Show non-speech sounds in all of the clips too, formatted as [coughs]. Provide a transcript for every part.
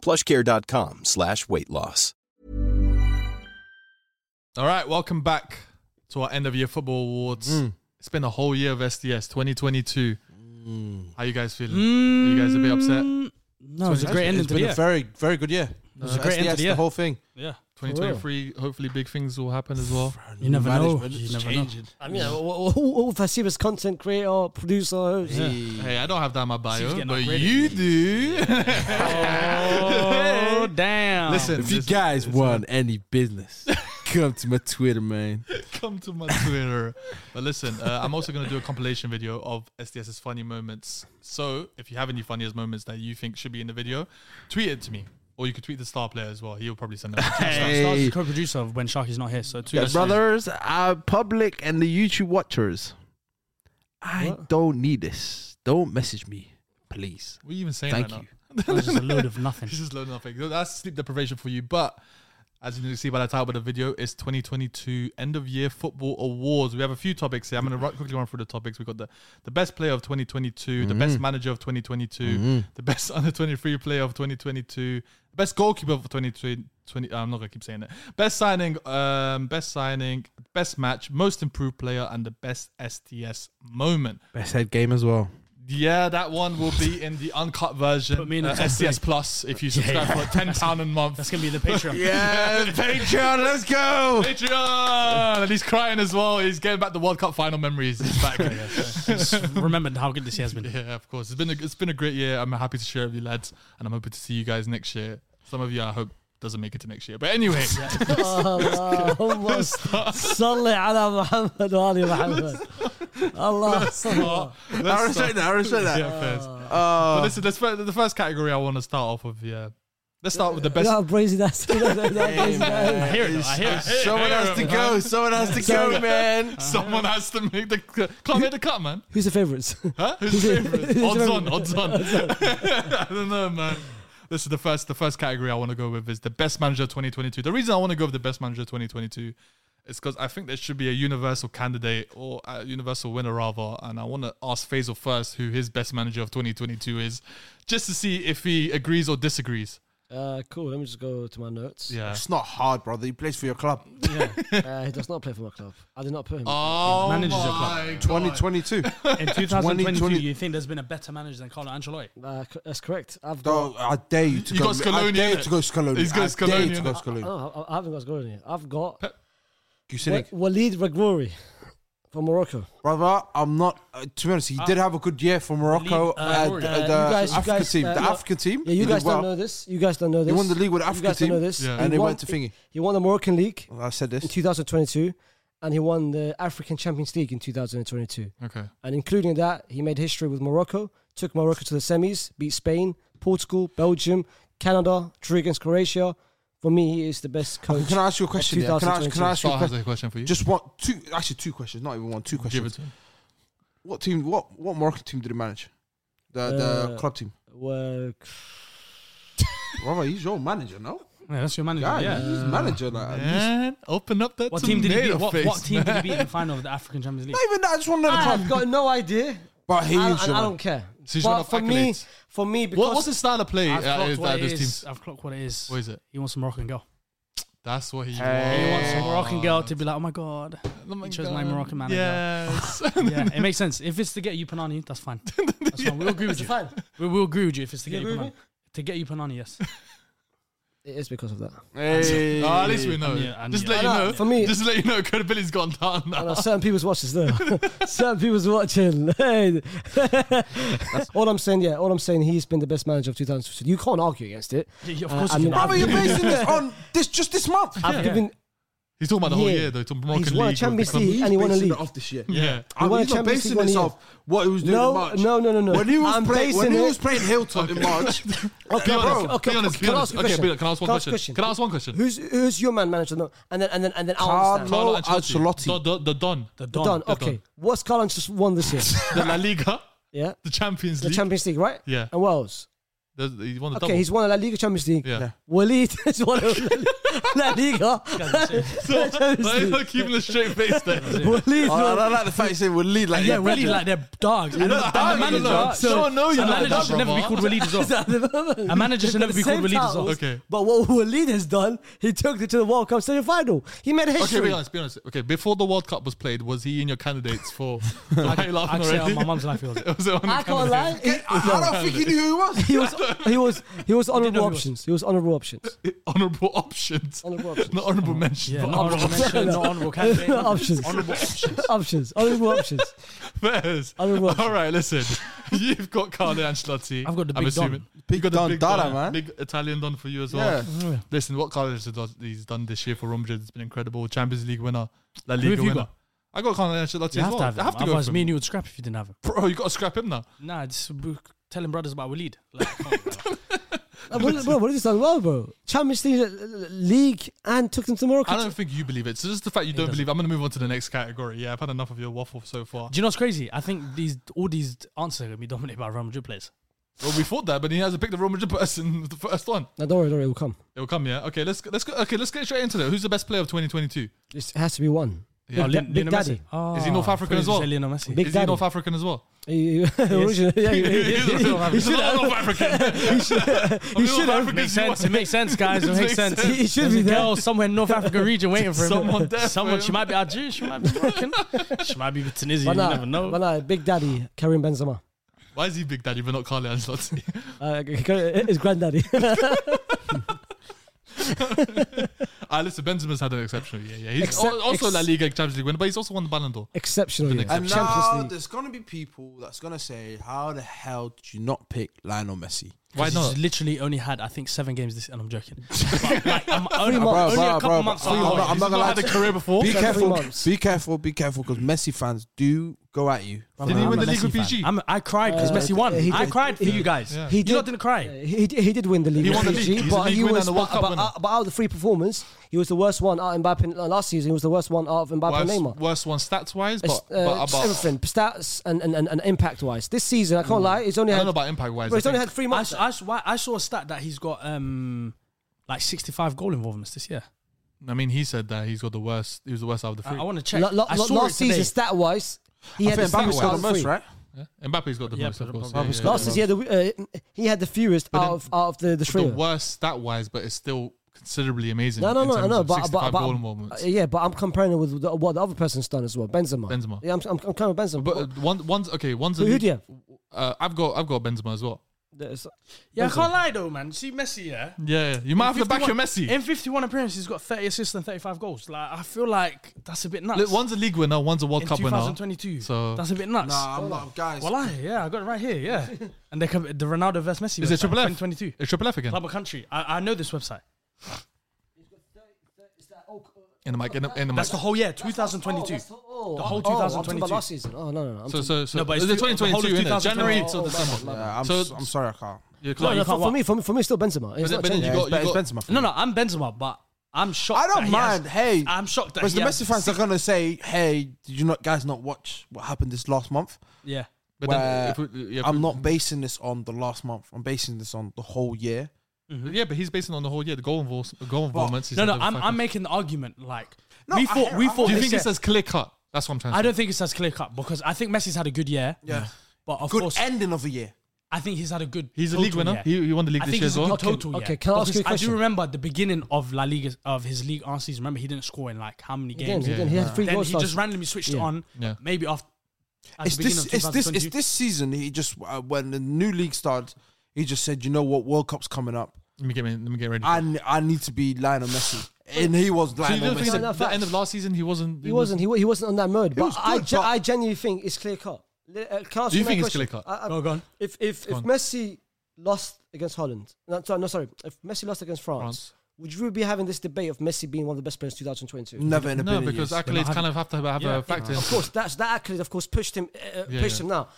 Plushcare.com slash weight loss. All right, welcome back to our end of year football awards. Mm. It's been a whole year of SDS 2022. Mm. How you guys feeling? Are you guys a bit upset? No, it was a great ending It's to the been year. a very, very good year. It was a great end to the year. whole thing. yeah. 2023, hopefully big things will happen as well. You never know. Management is You never know. [laughs] changing. I mean, all, all if I see was content creator, producer. [laughs] host. [laughs] Hey, I don't have that in my She's bio, getting but upgraded. you do. Oh, damn. Listen, If you this- guys want any [laughs] business, come to my Twitter, man. come to my Twitter. but listen, uh, I'm also going to do a compilation video of SDS's funny moments. So if you have any funniest moments that you think should be in the video, tweet it to me. Or you could tweet the star player as well. He'll probably send that. Star's Hey. the co-producer of when Sharky's not here, so two Yeah, us. brothers, uh, our public, and the YouTube watchers. I don't need this. Don't message me, please. what are you even saying Thank right you. That was just a load of [laughs] nothing. now? This is low nothing. That's sleep deprivation for you. But as you can see by the title of the video, it's 2022 end of year football awards. We have a few topics here. I'm going to quickly run through the topics. We've got the, the best player of 2022, the best manager of 2022, the best [laughs] under 23 player of 2022, best goalkeeper of 2022. 20, I'm not gonna keep saying that. Best signing, um, best signing, best match, most improved player, and the best STS moment. Best head game as well. Yeah, that one will be in the uncut version. Put me in the uh, top three. SCS Plus if you subscribe for ten pound a month. That's gonna be the Patreon. [laughs] Yeah, Patreon, let's go. Patreon, and he's crying as well. He's getting back the World Cup final memories. [laughs] He's back. Remembered how good this year [laughs] has been. yeah, of course. It's been a, it's been a great year. I'm happy to share it with you lads, and I'm hoping to see you guys next year. Some of you, I hope, doesn't make it to next year. But [laughs] anyway, اللهم صل على محمد وآل محمد الله صل I respect that. I respect that. yeah, first. Uh, Ah. Oh, But [laughs] listen, this, fir- the first category I want to start off with. Yeah, let's start with the [laughs] best. لا بريزي [laughs] ذاتس I hear it. Though, [laughs] I hear it. someone has to [laughs] go. Someone has to go, man. Someone has to make the can't make the cut, man. Who's the favourites? Huh? [laughs] Who's favorite? Who's Odds your on, odds [laughs] on. I don't know, man. This is the first the first category I want to go with is the best manager 2022. The reason I want to go with the best manager 2022 is because I think there should be a universal candidate or a universal winner rather, and I want to ask Faisal first who his best manager of 2022 is, just to see if he agrees or disagrees. Uh, cool, let me just go to my notes. Yeah. It's not hard, brother. He plays for your club. Uh, he does not play for my club. I did not put him. Oh Managers my your club. God. 2022. In 2022, 2020. you think there's been a better manager than Carlo Ancelotti? Uh, c- that's correct. I've got. Don't, I dare you to You go. got Scaloni, I dare innit? you to go Scaloni. He's got I dare you to Scaloni, go innit? Scaloni. No, I, I haven't got Scaloni. I've got Wa- Gusinic. Walid Regouri from Morocco. Brother, I'm not. Uh, to be honest, he did have a good year for Morocco. league, uh, uh, Warriors. the Uh, the you guys- you Africa guys, team. uh, the look, African team. Yeah, you he did guys well. don't know this. You guys don't know this. He won the league with You Africa guys don't know team. this. Yeah. And he won- went to thingy. He won the Moroccan League I said in this. 2022, and he won the African Champions League in 2022. Okay. And including that, he made history with Morocco, took Morocco to the semis, beat Spain, Portugal, Belgium, Canada, drew against Croatia. For me, he is the best coach. Can I ask you a question? Yeah? Can I ask, can I ask you a Star has question? a question for you. Just one, two, actually two questions, not even one, two give it questions. to him. What team? What what Moroccan team did he manage? The the Uh, club team. Well, Brother, he's your manager, no? Yeah, that's your manager. Yeah, Yeah. he's manager. Like, at least. Man, open up that What team did he tomato beat? What, face, what team did man. he beat in the final of the African Champions League? Not even that. I just want to know the club. I've got no idea. But he Ah, is I, and your I man. don't care. So he's one but of for me, accolades. for me, because What, what's the style of play uh, I've clocked is what that it this team? is. I've clocked what it is. What is it? He wants a Moroccan girl. That's what he He Hey. wants a Yeah. Moroccan girl to be like, oh my god. Oh my He chose my Moroccan manager. Yes. [laughs] [laughs] Yeah, it makes sense. If it's to get you Panani, that's fine. That's fine. We'll agree with it's you. fine. We will agree with you if it's to You get you agree Panani. with To get you [laughs] Panani, yes. It is because of that. Hey. Oh, at least we know. Yeah, and just yeah. let you I know, know. for me- just let you know. [laughs] Credibility's gone down I now. know certain people's watches though. [laughs] certain people's watching. [laughs] Hey. all I'm saying, yeah, all I'm saying, he's been the best manager of 2022. You can't argue against it. Yeah, of Uh, course I you [laughs] mean, can. I Brother, you're basing this on this just this month. I've given He's talking about the whole Yeah. year though. He's talking Moroccan He's won a League. Champions with the League. club. And he wanna basing leave. it off this year. Yeah. I won a mean, he's not Champions basing League one this year. off what he was doing No, in March. no, no, no, no. When he was I'm playing, when basing he it- was playing Hilltop in [laughs] March, Okay, Be honest. bro. Okay, be honest. Be can I honest. ask a Okay, question? be- can I ask one Can I ask a question? question? Can I ask one question? Who's who's your man manager? No, and then and then and then I'll understand. Carlo Carlo Ancelotti. Ancelotti. The, the, the Don. The Don. Done. Okay. What's Carlin just won this [laughs] year? The La Liga. yeah. The Champions The League. Champions League, right? Yeah. And Wales. There's- he won the Okay, double. [laughs] he's won a La Liga Champions League. yeah. [laughs] Walid has won a [laughs] La Liga. [laughs] So, why are Champions you League. keeping a straight face [laughs] there? Walid Oh, I don't like the fact you say we'll lead like Yeah, that. really, like they're dogs. And, not dogs, and the you're manager, not. so, Someone know you're a not manager dogs, should never be brother. [laughs] called Walid as well. A manager should never be called Walid as well. Okay. But what Walid has done, he took them to the World Cup semi-final. He made Okay, history. be honest, be honest. Okay, before the World Cup was played, was he in your candidates for? [laughs] Why are you laughing Actually, already? on my mum's life, he was. [laughs] Was it on the I can't candidates? lie. He, I don't think he knew who he was. he was [laughs] he was he was know honourable he was. options. He was honourable options. [laughs] Honourable options. Honourable [laughs] options. Not honourable mention. Yeah, but not honourable [laughs] mention, not honourable candidate. options. Honourable options. [laughs] options. Honourable options. Fairs. Honourable options. All right, listen. [laughs] You've got Carlo Ancelotti. I've got the I'm big Don. assuming. Big You've got the Don Dada, Don, man. Big Italian Don for you as well. Yeah. Oh, Listen, what Carlo Ancelotti's done this year for Real Madrid has been incredible. Champions League winner, La Who have Liga you winner. got? I got Carlo Ancelotti You as have well. to have him. I have to go Otherwise, for me him. and you would scrap if you didn't have him. Bro, you got to scrap him now. Nah, just b- telling brothers about Walid. Like, come on, bro. Uh, bro, bro, what is done well, bro? Champions League, uh, League, and took them to Morocco. I don't think you believe it. So just the fact you don't doesn't. believe, I'm going to move on to the next category. Yeah, I've had enough of your waffle so far. [laughs] Do you know what's crazy? I think these all these answers are gonna be dominated by Real Madrid players. Well, we thought that, but he hasn't picked the Real Madrid person. [laughs] The first one, No, don't worry, don't worry, it will come. it will come. Yeah. Okay, let's go- let's go. Okay, let's get straight into it. Who's the best player of 2022? It has to be one. Yeah. Oh, Big, Lin- Da- Big Lionel Daddy. Messi. Oh, Is he North I African thought you as was well? saying Lionel Messi. Big Is he Daddy. North African as well? He- [laughs] original- yeah, [laughs] he- [laughs] he- He's a North African. A lot [laughs] of North African. he North should have. African. Makes sense. It makes sense, guys. It It makes makes sense. sense. He should There's be a there. girl somewhere in North Africa region waiting for him. Someone there for Someone. She him. might be Algerian. She might be Moroccan. she might be Tunisian. But You nah, never but know. nah, Big Daddy, Karim Benzema. Why is he Big Daddy but not Carlo Ancelotti? [laughs] Uh, his granddaddy. Ah, listen, Benzema's had an exceptional year. Yeah, he's Except- al- also ex- La Liga Champions League winner, but he's also won the Ballon d'Or. Exceptional. Been yeah. And [laughs] exceptional. now Champions League. there's going to be people that's going to say, how the hell did you not pick Lionel Messi? Why She's not? literally only had I think seven games this, and I'm joking. But, like, I'm only, Bro, only a bro, couple bro, months. bro. out. I'm not- I'm He's not gonna had lie a career before. Be Seven careful, months. be careful, be careful, because Messi fans do go at you. Did he I'm win a the league Messi with fan. PG? I'm, I cried because Uh, Messi won. he I did- cried for you guys. Yeah. He you lot did- uh, didn't cry. He, d- he did win the league. He won the with league. PSG, He's a but league he winner was and a World but, Cup but, winner. out- but out of the three performance, he was the worst one out of Mbappe. and- Last season, he was the worst one out of Mbappe and Worst, Neymar. worst one stats wise, It's, but, uh, but just about, everything, stats and, and, and, and impact wise. This season, I can't lie, he's only I had don't know about impact wise. bro, he's only had three I, months. s- I s- why- I saw a stat that he's got um like 65 goal involvements this year. I mean, he said that he's got the worst. He was the worst out of the I, three. want to check. La- la- I la- saw last it today. season, stat wise, he I had the think Mbappe's fewest got out the of most, three. right? Yeah? Mbappe's got the Yeah, most, of but- course. but- Yeah, yeah, Mbappe's yeah. got Last season, he had the, uh, he had the fewest But out of out of the the the trio. worst stat wise, but it's still considerably amazing. No, no, in no, terms no. of But, 65 but, but goal uh, moments. yeah, but I'm comparing it with the, what the other person's done as well. Benzema. Benzema. Yeah, I'm I'm, I'm comparing Benzema. But uh, one, one's okay. One's a who, who league, do you have? uh, I've got, I've got Benzema as well. There's- yeah, I Listen. can't lie though, man. See Messi, yeah. Yeah, yeah. you might have to back your 51 Messi. In 51 appearances, he's got 30 assists and 35 goals. Like I feel like that's a bit nuts. Look, one's a league winner, one's a World in Cup winner. 2022. So- that's a bit nuts. Nah, I'm not, guys. Well, I yeah, I got it right here. [laughs] Yeah, and they come, the Ronaldo versus Messi. Is it website, triple F? 2022? It's triple F again. Club or country? I, I know this website. In the mic, in the, in the That's the mic. whole year, 2022. that's the whole The whole oh, I'm 2022. talking about last season. Oh no, no, no. I'm So, talking- so, so No, but it's the two- the whole 2022 of innit? 2022. January till Oh, December. Yeah, I'm, So- so, I'm sorry, I can't. Yeah, No, Club- you no, can't for, for what? me, for me, for me, it's still Benzema. But It's not then changing. you Yeah, got- it's, you it's got- Benzema for No, me. no, I'm Benzema, but I'm shocked. I don't that he mind. has- hey, I'm shocked that Because the he Messi has fans are six- gonna say, "Hey, did you not guys not watch what happened this last month?" Yeah, But Where then, if we, yeah, if I'm we- not basing this on the last month. I'm basing this on the whole year. Yeah, but he's basing on the whole year. The goal involvement. Goal involvements. no, no, I'm, I'm making the argument like No, we I thought hear- we I thought. Do you this think it year- says clear cut? That's what I'm trying. to I don't think it's as clear cut because I think Messi's had a good year. Yeah. but of Good course, ending of a year. I think he's had a good. He's a total league winner. year. He, he won the league I this think year as he's a well. good Okay, total. okay, yeah. can I ask Because you a question? I do remember at the beginning of La Liga of his league on season. Remember, he didn't score in like how many He didn't, games? he didn't. He had three Then goals. he last- just randomly switched it Yeah. on. Yeah. Maybe after. at the It's beginning of this. It's this. It's 2022. this season. He just uh, when the new league started, he just said, "You know what? World Cup's coming up. Let me get let me get ready. I, n- I need to be Lionel Messi." And he was so you Lionel don't think Messi. at No, no, the facts. end of last season he wasn't? he wasn't. He, wa- he wasn't on that mode. But was I, good, gen- but- I genuinely think it's clear cut. Li- uh, Can I ask Do you another think it's question? clear cut? I- I- Go on. If if if on. Messi lost against Holland, no, sorry, no, sorry. If Messi lost against France, France. Would you be having this debate of Messi being one of the best players 2022? Never in a No, billion because years. accolades kind of have to have, have Yeah, a it- factor. Of course, that's that accolade. Of course, pushed him, uh, uh, Yeah, pushed yeah. him. Now,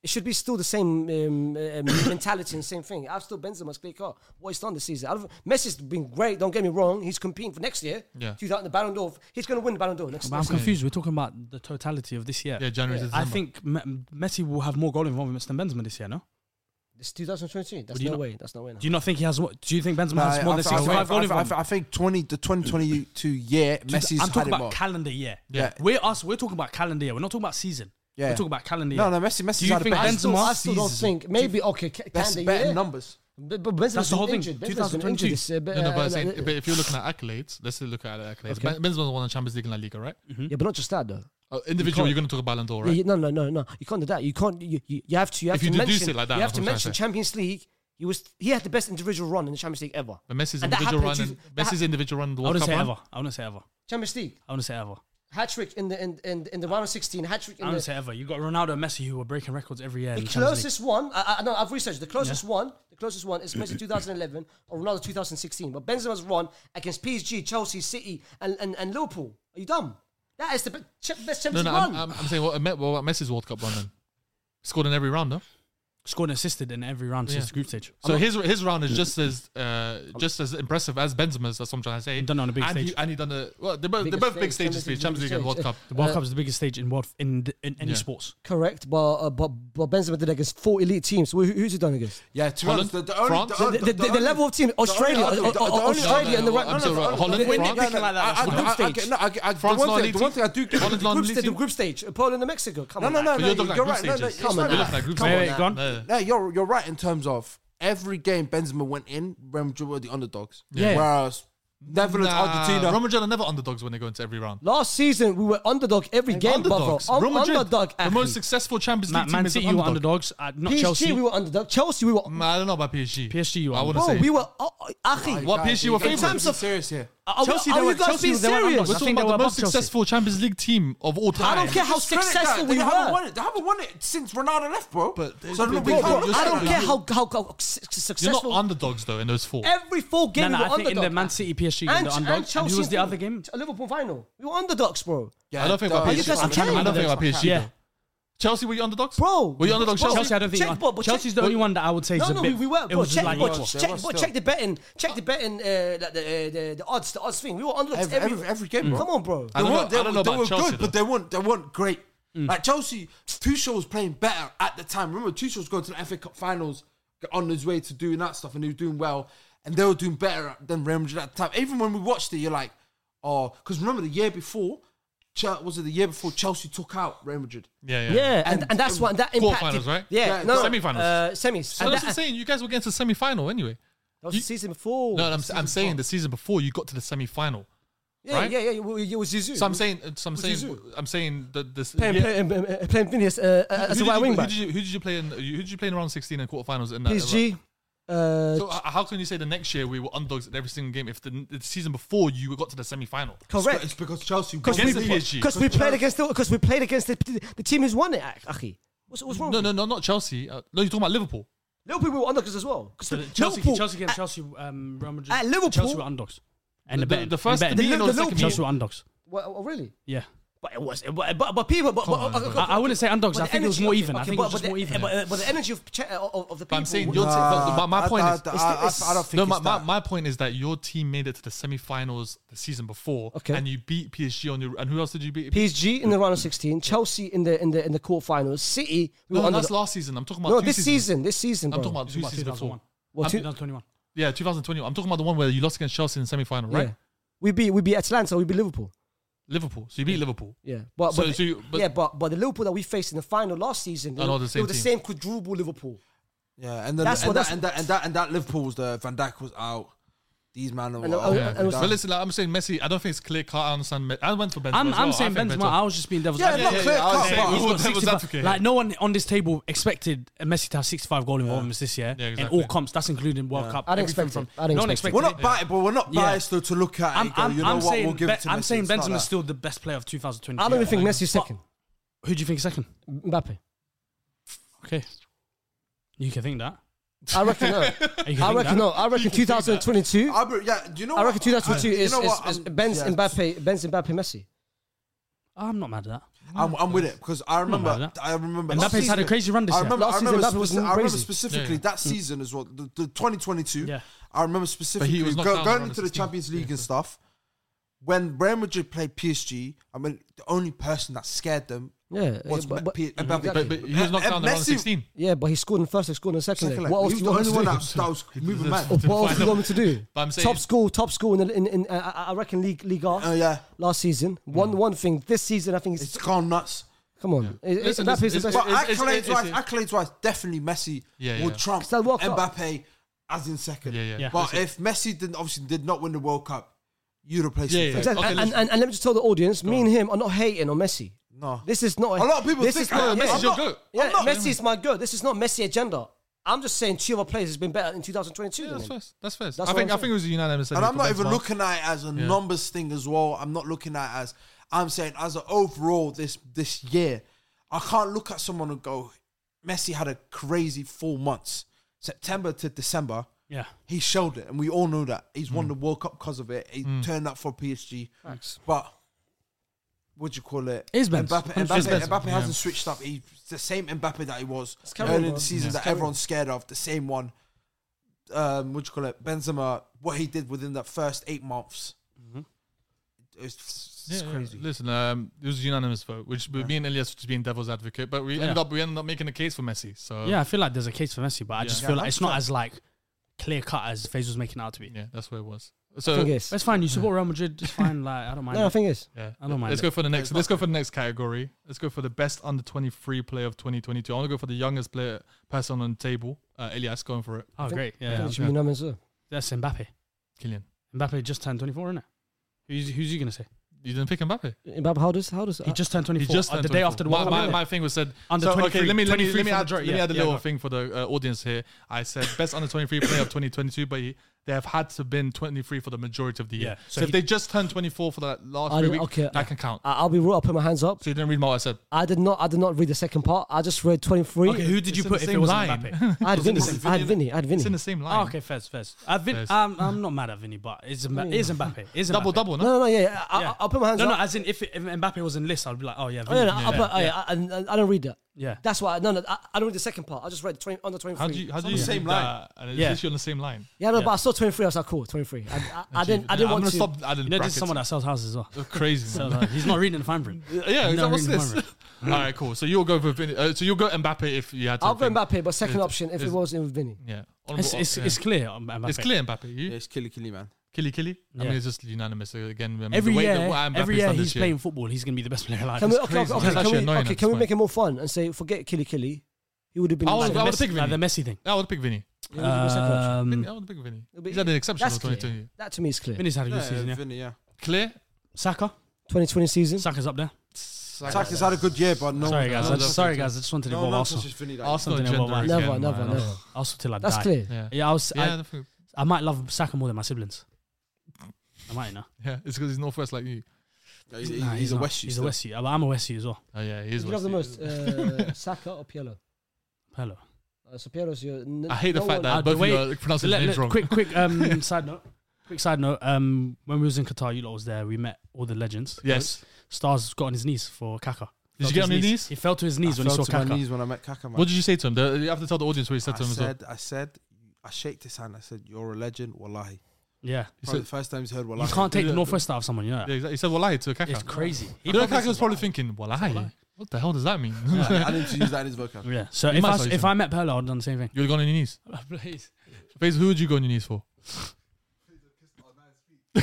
it should be still the same um, um, [coughs] mentality and same thing. I've still Benzema's clear cut. What he's done this season, I don't, Messi's been great. Don't get me wrong. He's competing for next year. Yeah. 2000 the Ballon d'Or. He's going to win the Ballon d'Or next. But I'm next year. confused. We're talking about the totality of this year. Yeah, January to I December. think Me- Messi will have more goal involvements than Benzema this year. No, It's 2022. That's Would you no not- way. That's no way. Now. do you not think he has? What, do you think Benzema Nah, I, has more than I- I- I- I- sixty-five goal I- involvements? I- I think 20 the [laughs] 2022 year Messi's I'm had talking it about more. calendar year. Yeah. We're us. We're talking about calendar year. We're not talking about season. Yeah. We're talking about calendar year. No, no, Messi Do Messi's you had a think better- I still, I still don't season. think. Maybe okay. ca- best Calendar better year. numbers. But, but Benzema's That's the been whole thing. injured. Benzema's been 2022. injured this year. but, No, no, uh, but, it's- like, but if you're looking at accolades, let's look at accolades. Okay. Ben Benzema's won the Champions League and La Liga, right? yeah, but not just that though. Uh, individual, You you're going to talk Ballon d'Or, right? Yeah, no, no, no, no. You can't do that. You can't. You, you, you have to. You have If to you deduce mention. it like that, you have that's to what I'm trying mention to Champions League. He was. He had the best individual run in the Champions League ever. But Messi's And that individual run, happened and to- that Messi's individual run, in the I World wouldn't Cup say run. ever. I wouldn't say ever. Champions League I wouldn't say ever. hat trick in the in, in, in the round of sixteen. Hat trick I in wouldn't the, say ever. You got Ronaldo and Messi who were breaking records every year. the in Champions League. closest one. I, I no, I've researched the closest one. The closest one is Messi 2011 or Ronaldo 2016. But Benzema's run against PSG, Chelsea, City, and and, and Liverpool. Are you dumb? That is the be- ch- best Champions No, no, League run. I'm, I'm, I'm saying what, well, what Messi's World Cup run then. Scored in every round, though. Scored and assisted in every round Yeah. since the group stage. So his his round is just as uh, just as impressive as Benzema's. That's what I'm trying to say. Done on a big and stage. He, and he done a well. They're both, they're Biggest both stage, big stages Champions for you, League, Champions League biggest and World stage. Cup. The World Uh, Cup is the biggest stage in world in in any Yeah. sports. Correct, but, uh, but but Benzema did against four elite teams. Who, who's he done against? Yeah, to be Holland, honest, the, the only, France. the, The, the, the, the only- level of team Australia, the only- uh, the- uh, the only- Australia, and the no, right. I'm sorry, no, no, Holland, no, no, France. no, no, like that, I- that's I- group I- I- stage. okay, no, I- I- the France one not thing- elite the one thing I do. Holland The not elite group stage, the team. group stage, uh, Poland and Mexico. Come No, on, no, man. no, But no. you're talking You're like right. group No, no, stages. it's not Come on, You're man. looking that. at group Come stages. on Wait, wait, now. go on. No. No, you're you're right in terms of every game Benzema went in, Real Madrid were the underdogs. Yeah. Whereas Netherlands, Nah, Argentina, Real Madrid are never underdogs when they go into every round. Last season we were underdog every game, brother. Underdogs. Um, Real Madrid, underdog. the athlete. most successful Champions League Man, team Man is an City, you were underdog. underdogs. Uh, not PSG Chelsea. we were underdog. Chelsea we were. Mm, I don't know about PSG. PSG, you I are. wouldn't Bro, say. we were. Uh, uh, Achi, What PSG were In terms favourites? of serious here. are, Chelsea, Chelsea, they are were- you guys Chelsea, being they were serious? We're underdogs. I talking think they about the most were above Chelsea. successful Champions League team of all time. I don't care how successful they we haven't were. won it. They haven't won it since Ronaldo left, bro. But- so but- look, we but- can't but- just I say don't that. care how how, how su- You're not successful. underdogs though in those four. every four No, games no, we were I think in underdog. the Man City PSG game, and, the and underdogs. And Chelsea who was the in- other game? a Liverpool final. We were underdogs, bro. I don't think about Yeah, you PSG. guys are I'm trying to- I kidding don't think me. about PSG. Yeah. though. Chelsea, were you underdogs? Bro, were you underdogs? bro, Chelsea. Chelsea, I don't think. Check, you are. but- but Chelsea's check- the only one that I would say No, is a no, bit. we, we were. It Bro, was check, like bro, equal. check, bro, check the betting, check the betting, uh, like the, uh, the the odds, the odds thing. We were underdogs Every, every, every game, bro. Come on, bro. I They don't know- weren't, they, I don't know were- they about were Chelsea, good, but though. Mm. they weren't, they weren't great. Like Chelsea, Tuchel was playing better at the time. Remember, Tuchel was going to the FA Cup finals on his way to doing that stuff, and he was doing well, and they were doing better than Real Madrid at the time. Even when we watched it, you're like, oh, because remember the year before, Chel- was it the year before Chelsea took out Real Madrid? Yeah, yeah. Yeah, and, And- and that's what that impacted. Quarterfinals, right? Yeah, Yeah, no, semi-finals. Uh, semis. So and that's that, what I'm that saying. You guys were getting to the semi-final anyway. was the You- season before. No, I'm, I'm Season saying before. the season before you got to the semi-final. Yeah, right? yeah, yeah. It was- it was Zizou. So I'm saying, so I'm Who's saying, Zizou? I'm saying that this. playing yeah. playing, um, uh, playing Phineas uh, uh, as Who did a right you- wing who back. did you who did you play in? Who did you play in round 16 and quarterfinals in that? PSG. Uh, So h- how can you say the next year we were underdogs in every single game if the, the season before you got to the semi-final? correct. It's because Chelsea Because Against we, the PSG. because we played against because we played against the, the team who's won it. Achi, what's, what's wrong? No, with no, you? no, not Chelsea. Uh, no, you're talking about Liverpool. Liverpool were underdogs as well. 'Cause Chelsea, Chelsea, Liverpool- game, Chelsea, um, Real Madrid. at Liverpool- Chelsea were underdogs. And The- the, the- betting. the first and meeting betting. or the second Chelsea meeting? were underdogs. Well, oh, really? Yeah. But it was, but but, but people, but, but, on, but- man. but- I, I wouldn't say underdogs. but I the think it was energy- more okay, even. I okay, think it but- was just but more the- even. But, uh, but the energy of, Che- of, of the people. But I'm saying was- your team. but- but my I- point I- is, I- It's- I- I- I don't think no, it's my, my, that. my point is that your team made it to the semi-finals the season before, Okay. and you beat PSG on your. And who else did you beat? PSG in the round of 16, Chelsea in the in the in the quarterfinals, City. We no, were that's underdog- last season. I'm talking about no, two this seasons. season, this season, bro. I'm talking about two What, seasons before. 2001? Well, two- 2021. Yeah, 2021. I'm talking about the one where you lost against Chelsea in the semi-final, right? yeah. We beat we beat Atlanta, we beat Liverpool. Liverpool. So you beat Liverpool. Yeah, but, So- but, so you- but- yeah, but but the Liverpool that we faced in the final last Are season, they not were the the same same, the team. same quadruple Liverpool. Yeah, and then That's and, what- that, that's- and, that, and that and that Liverpool was the Van Dijk was out. These man were And- out. and- Yeah. and it was- But listen, like, I'm saying Messi. I don't think it's clear cut. I understand. Me- I went for Benzema. I'm, as I'm well. saying I think Benzema. I was just being devil's Yeah, advocate. not clear I was cut, saying but- who's He's got got devil's 65 advocate. Like no one on this table expected Messi to have 65 goal involvements this year Yeah, in exactly. all comps. That's including World Cup. I didn't everything expect from- it. I didn't no one expect expected We're not it. biased, but we're not Yeah. biased though to look at. I'm, it, though. I'm, you know I'm what? saying, we'll give it to Be- I'm Messi. saying It's not Benzema that. is still the best player of 2020. I don't even think Messi's But second. Who do you think is second? Mbappe. [laughs] Okay, you can think that. I reckon no. You I think reckon that? no. I reckon 2022. I be- Ah, yeah, do you know I what? reckon 2022 you is, know is, what? is I'm- Ben's yeah. Mbappe, Ben's Mbappe, Messi. I'm not mad at that. I'm, I'm with it because I remember. about that. I remember. And last Mbappe's had a season- crazy run this I year. remember. Last I season, remember, Mbappe was speci- I remember crazy. specifically Yeah. that season as well. The, the 2022. Yeah. I remember specifically was knocked go- out in the going round of into the 16. Champions League and stuff. When Real Madrid played PSG, I mean, the only person that scared them Yeah, was yeah, but, but, P- Mbappe. But, but he was knocked down in And the round of Eh, Messi- 16. yeah, but he scored in the first leg, scored in the second Second leg. leg. What He was else do you the want me only to one do? that that was moving mad. Or what else do you want me to do? But I'm saying- top school, top school in, in, in uh, I reckon League League R Oh yeah, last season. One one thing this season, I think it's it's gone nuts. come on. It- it- Listen, Mbappe's listen, the it's- best. But it's- accolades it's- wise, it's- accolades wise, definitely Messi Yeah, would yeah. trump It's that World Mbappe Cup. as in second. Yeah, yeah. Yeah. But if Messi didn't obviously did not win the World Cup, you'd have placed Yeah, him yeah. third. Exactly. Okay, and, listen. and, and let me just tell the audience, me and him are not hating on Messi. No. This is not A lot of people this think is not, I'm yeah, Messi's your not- goat. yeah, I'm not- Messi is my good. This is not Messi agenda. I'm just saying two other players has been better in 2022. Yeah, than that's fair. him. That's fair. That's I what think I'm I think it was a unanimous. and I'm not even Benzema. looking at it as a Yeah. numbers thing as well. I'm not looking at it as I'm saying as an overall this this year. I can't look at someone and go, Messi had a crazy four months, September to December. Yeah. He showed it, and we all know that he's Mm. won the World Cup because of it. He turned up for PSG, but what do you call it? It's Benz. Mbappe, It's Mbappe, Benz. Mbappe Yeah. hasn't switched up. He's the same Mbappe that he was carry on, early in bro. the season that everyone's scared of. The same one um, what do you call it, Benzema, what he did within that first eight months. It's, it's Yeah, yeah. crazy. Listen, um, it was a unanimous vote, which with me and Elias just being devil's advocate, but we ended Yeah. up we ended up making a case for Messi. So Yeah, I feel like there's a case for Messi, but I Uh, just Yeah. feel Yeah, like it's not as like clear cut as FaZe was making it out to be. yeah, that's what it was. The So thing is, That's fine. You support Real Madrid. It's fine. Like I don't mind. [laughs] no, the it. thing is, yeah, I don't mind let's it. go for the next. Let's go for the next category. Let's go for the best under twenty three player of twenty twenty two. I want to go for the youngest player person on the table. Uh, Elias going for it. oh great. Yeah, yeah, yeah. you mean I'm in that's Mbappe. Killian, Mbappe just turned 24, isn't it? Who's who's you gonna say? you didn't pick Mbappe. Mbappe, how does how does He just turned 24. He just uh, turned the day 24. after the My- World Cup. My, innit? my thing was said Under so, 23, Okay, let me let me 23 let me for add, majority, let me yeah. add a Yeah, little go. thing for the uh, audience here. I said best under twenty three player of twenty twenty two, but he, they have had to been twenty three for the majority of the year. Yeah, So, so if he- they just turned twenty four for that last I three didn't- weeks, okay, that can count. I, I'll be real. I put my hands up. so you didn't read what I said. I did not. I did not read the second part. I just read 23. okay, who did It's in you the put if same it was line. Mbappe? I had It's in Vinny. the same- I had Vinny. I had Vinny. It's in the same line. oh, okay, Fez, Fez. I Vin, Fez. Um, I'm not mad at Vinny, but it's Mbappe. It's Mbappe. It's Double Mbappe. double, no? No, no, no. Yeah, yeah. I, Yeah. I'll put my hands no, up. no. As in, if, it, if Mbappe was in list, I'd be like, oh yeah. Oh, yeah, Vinny, no, I'll put, oh, yeah, I, I, I don't read that. Yeah. That's why. No, no. I, I don't read the second part. I just read 20, under 23. How do you how do you the same read line. that And it's Yeah. literally on the same line. yeah, no, yeah. but I saw 23. I was like, cool, 23. I, I, I didn't. I didn't I'm want gonna to. stop adding You know, there's brackets. someone that sells houses as well. crazy. Sells man. houses. He's not reading the fine print. Yeah, He's exactly. not what's reading the this? fine print. All right, cool. So you'll go for Vin- uh, so you'll go Mbappe if you had to. I'll go think. Mbappe, but second Is- option if it is- wasn't with Vinny. Yeah, It's, it's, yeah. it's clear. um, Mbappe. It's clear Mbappe. You Yeah, it's killy killy man. Killy Killy. I Yeah. mean, it's just unanimous uh, again. I mean, Every the way that year, what Mbappe's every year done he's this year. playing football. He's gonna be the best player alive. Can we, It's okay, okay, crazy. okay, That's can actually we, annoying okay, at can this we point. Oh, make it more fun and say forget Killy Killy? He would have been. I the would- second I option. would think like the Vinny. Messi thing. I would pick Vinny. He would have been the second option. Vinny, I Um, would pick Vinny. Mm. It'll be- He's had an exceptional that's clear. 2020. That to me is clear. Vinny's had a Yeah, good season. Yeah. Vinny, yeah. Clear. Saka, 2020 season. Saka's up there. Saka's had a good year, but no. sorry guys, no, I just, no, sorry no. guys, I just wanted to No, go no, Arsenal. it's just Vinny that- Arsenal Something gender about again, Vinny. Never, man. never, I never. know. Arsenal till I That's die. clear. Yeah. Yeah, I was. Yeah, I, I think- I might love Saka more than my siblings. I might know. yeah, it's because he's northwest like you. No, he's, Nah, he's a not. West. He's a Westie. Uh, I'm- I'm a Westie as well. Oh yeah, he Who is. do you love the Westie. most, uh, [laughs] [laughs] Saka or Pirlo? Hello. Uh, so Pirlo's your. N- I hate the no fact one- that Uh, both the of you way- are pronouncing Let- his names let- wrong. Quick, quick. Um, side note. Quick side note. Um, when we was in Qatar, you lot was there. We met all the legends. Yes. Stars got on his knees for Kaka. Did you get on your knees? He fell to his I knees when he fell saw to my Kaka. knees when I met Kaka, man. What did you say to him? The- You have to tell the audience what you said I to him as well. said, I said, I shaked his hand. I said, "You're a legend, wallahi." Yeah. He Probably said, the first time he's heard You wallahi. can't take the Yeah. northwest out of someone. You know. that? yeah, exactly. he said Wallahi to Kaka. It's crazy. You know, Kaka was says probably Wallahi. thinking, Wallahi, Wallahi. what the hell does that [laughs] mean? I need to use that in his vocab. Yeah. So You if might I, as well use if him. I met Perla, I'd have done the same thing. You'd have gone on your knees. Please. Faze, who would you go on your knees for? [laughs]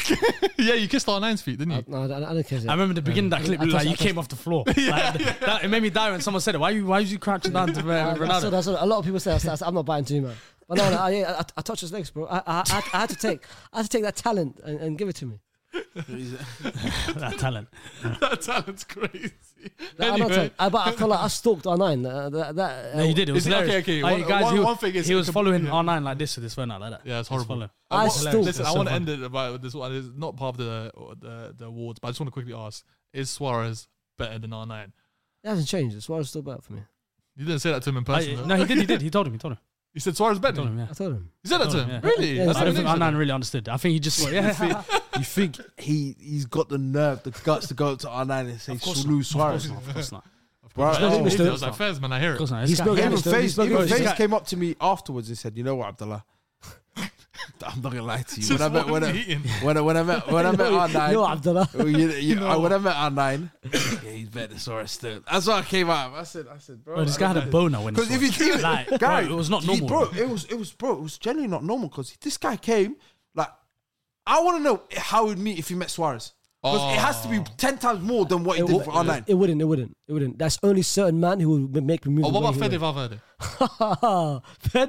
yeah, you kissed our nine's feet, didn't you? Uh, No, I don't- I don't care. I remember the beginning of that Yeah. clip, I like thought- you I thought- came off the floor. Like, that- it made me die when someone said it. Why you why was you crouching down to uh, I- I saw Ronaldo? that, I saw that. A lot of people say I said, I'm not buying too man. But no, no I, yeah, I, I touched his legs, bro. I, I, I, I had to take, I had to take that talent and, and give it to me. that talent. [laughs] that talent's crazy. That- I don't take- I, but I feel like I stalked our nine. Uh, that, that, uh, No, you did. It was Is it- okay, hilarious. okay, Like, one- you guys, one- he, one thing is he was it could- following yeah. R9 like this with his phone out like that. Yeah, it's He horrible. was following. I It's hilarious. stalked. Listen, It's I so want to fun. end it about this one. It's not part of the, the the awards, but I just want to quickly ask: Is Suarez better than R nine? It hasn't changed. It's why it's still bad for me. You didn't say that to him in I- person. though. no, he did. He did. He told him. He told him. He said Suarez I better. told him, You yeah. I told him. said that to told him? him, yeah. Really? Yeah, That's I don't think amazing. Arnan really understood. I think he just yeah. [laughs] You think he he's got the nerve, the guts to go up to R nine and say Sulu Suarez? of course not. Bro, I oh, was like, I was like, Fez, man, I hear Of it. course not. He's This guy- not even this guy- Faze, this even guy- Faze came up to me afterwards and said, "You know what, Abdullah? [laughs] I'm not gonna lie to you. Just When I met when wasn't I, eating. when I when I met when I met R nine, No, Abdullah. Well, you, you, I would have met R nine. [coughs] yeah, he's better than Suarez still. That's what I came out. of. I said, I said, bro. Bro, this guy [laughs] had a boner when he 'Cause saw if you do it. it- Like, bro, guy, it was not he- normal. bro. It was, it was, bro. It was generally not normal because this guy came like. I want to know how it would meet if he met Suarez because it has to be Oh. ten times more than what he It, did for R nine. wouldn't, it wouldn't. It wouldn't. It wouldn't. That's only certain man who will ma- make me move. Oh, what the way about he Fede will. Valverde? [laughs] Fede?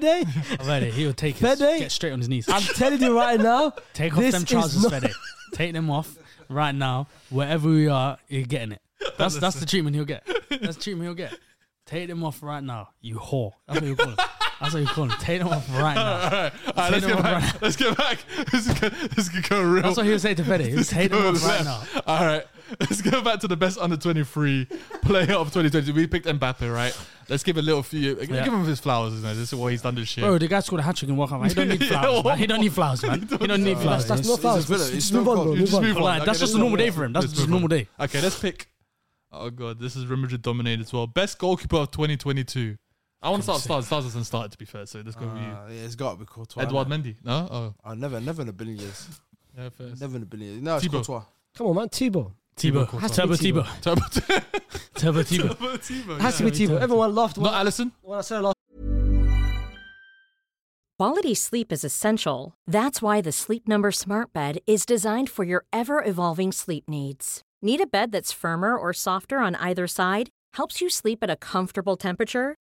I bet it. He would take Fede? his, get straight on his knees. [laughs] I'm telling you right now. Take off this them is trousers, not- Fede. Take them off right now. Wherever we are, you're getting it. That's that's the treatment he'll get. That's the treatment he'll get. Take them off right now, you whore. That's what you call him. That's what you call him. Take them off right now. [laughs] All right, let's Fede get Valverde. back. [laughs] Let's get back. This is go- this could go real. That's what he would say to Fede. He would This take could them go off right now. left. [laughs] All right, let's go back to the best under twenty three player of twenty twenty. We picked Mbappe, right? Let's give a little few. Yeah. Give him his flowers. Isn't it? This is what he's done this year. Bro, the guy scored a hat trick in World Cup. man. He don't need Yeah, flowers. man. He what- don't need flowers, man. He don't need flowers. [laughs] That's, that's It's- not fouls. it's Villa, Just- it's just no move on, call. bro. You Move just on. move on. Like, Okay, that's just a let's normal move day on. for him. That's Let's just a move on. normal day. Okay, let's pick. Oh god, this is Real Madrid dominated as well. Best goalkeeper of 2022. I want to start start start and start to be fair. So let's go with you. Mm. Uh, yeah, it's got to be Courtois. Edouard Mendy. No, oh I never, never in a billion years. yeah, first. Never in a billion years. No, it's Thibaut. Courtois. Come on, man. Tebow. Tebow. Has to Turbo be Tebow. Tebow. [laughs] Turbo- Turbo Tebow. Turbo Tebow, Has to Oh, yeah. be Tebow. Everyone laughed when Not Allison. when I said it last. Quality sleep is essential. That's why the Sleep Number Smart Bed is designed for your ever evolving sleep needs. Need a bed that's firmer or softer on either side? Helps you sleep at a comfortable temperature?